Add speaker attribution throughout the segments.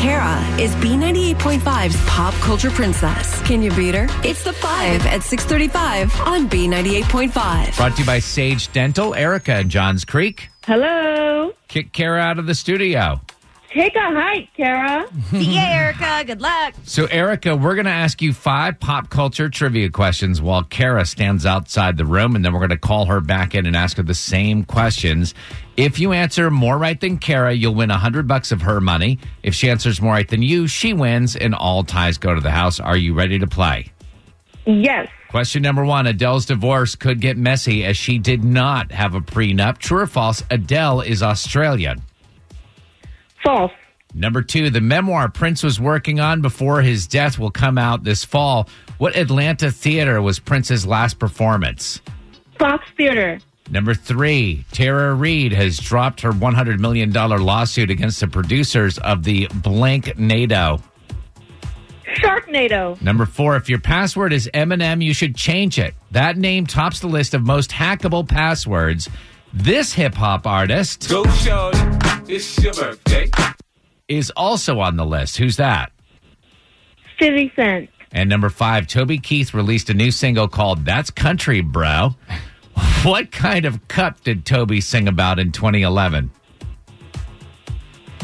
Speaker 1: Kara is B98.5's pop culture princess. Can you beat her? It's the 5 at 635 on B98.5.
Speaker 2: Brought to you by Sage Dental, Erica and Johns Creek.
Speaker 3: Hello.
Speaker 2: Kick Kara out of the studio.
Speaker 3: Take a hike, Kara.
Speaker 4: See ya, Erica. Good luck.
Speaker 2: So, Erica, we're going to ask you five pop culture trivia questions while Kara stands outside the room, and then we're going to call her back in and ask her the same questions. If you answer more right than Kara, you'll win a hundred bucks of her money. If she answers more right than you, she wins, and all ties go to the house. Are you ready to play?
Speaker 3: Yes.
Speaker 2: Question number one Adele's divorce could get messy as she did not have a prenup. True or false? Adele is Australian.
Speaker 3: False.
Speaker 2: Number two, the memoir Prince was working on before his death will come out this fall. What Atlanta theater was Prince's last performance?
Speaker 3: Fox Theater.
Speaker 2: Number three, Tara Reid has dropped her $100 million lawsuit against the producers of the blank NATO.
Speaker 3: Sharknado.
Speaker 2: Number four, if your password is Eminem, you should change it. That name tops the list of most hackable passwords. This hip hop artist
Speaker 5: Go, Shawty. It's your birthday.
Speaker 2: is also on the list. Who's that?
Speaker 3: 50 Cent.
Speaker 2: And number five, Toby Keith released a new single called That's Country, Bro. What kind of cup did Toby sing about in 2011?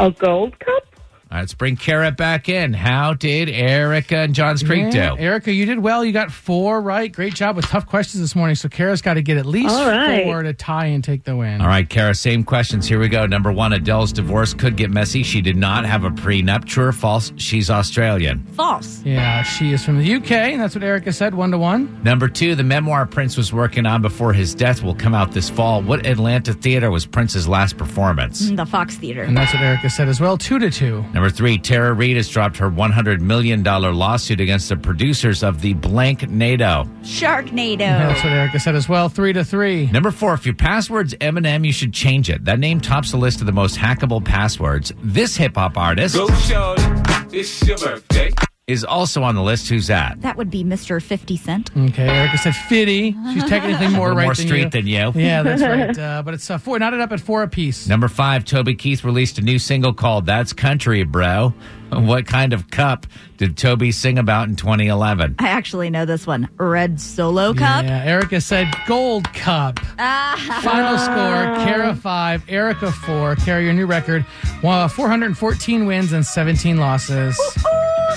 Speaker 3: A gold cup?
Speaker 2: All right, let's bring Kara back in. How did Erica and Johns Creek
Speaker 6: Yeah,
Speaker 2: do?
Speaker 6: Erica, you did well. You got four right. Great job with tough questions this morning. So Kara's got to get at least
Speaker 3: All right.
Speaker 6: four to tie and take the win.
Speaker 2: All right, Kara, same questions. Here we go. Number one, Adele's divorce could get messy. She did not have a prenup. True or false? She's Australian.
Speaker 4: False.
Speaker 6: Yeah, she is from the UK, and that's what Erica said. One to one.
Speaker 2: Number two, the memoir Prince was working on before his death will come out this fall. What Atlanta theater was Prince's last performance?
Speaker 4: The Fox Theater.
Speaker 6: And that's what Erica said as well. Two to
Speaker 3: Oh.
Speaker 6: two.
Speaker 2: Number three, Tara Reid has dropped her $100 million lawsuit against the producers of the blank NATO.
Speaker 6: And
Speaker 4: Sharknado.
Speaker 6: that's what Erica said as well. Three to three.
Speaker 2: Number four, if your password's Eminem, you should change it. That name tops the list of the most hackable passwords. This hip hop artist
Speaker 5: Go, Shawty. It's your birthday.
Speaker 2: is also on the list. Who's that?
Speaker 4: That would be Mr. 50 Cent.
Speaker 6: Okay, Erica said fifty. She's technically
Speaker 2: A
Speaker 6: more
Speaker 2: little
Speaker 6: right
Speaker 2: more
Speaker 6: than
Speaker 2: street
Speaker 6: you.
Speaker 2: than you.
Speaker 6: yeah, that's right. Uh, but it's uh, four. Not it up at four apiece.
Speaker 2: Number five, Toby Keith released a new single called That's Country, Bro. What kind of cup did Toby sing about in 2011?
Speaker 4: I actually know this one. Red Solo Cup.
Speaker 6: Yeah, Erica said gold cup. Final score: Kara five, Erica four. Kara, your new record: wa- 414 wins and 17 losses.
Speaker 4: Ooh,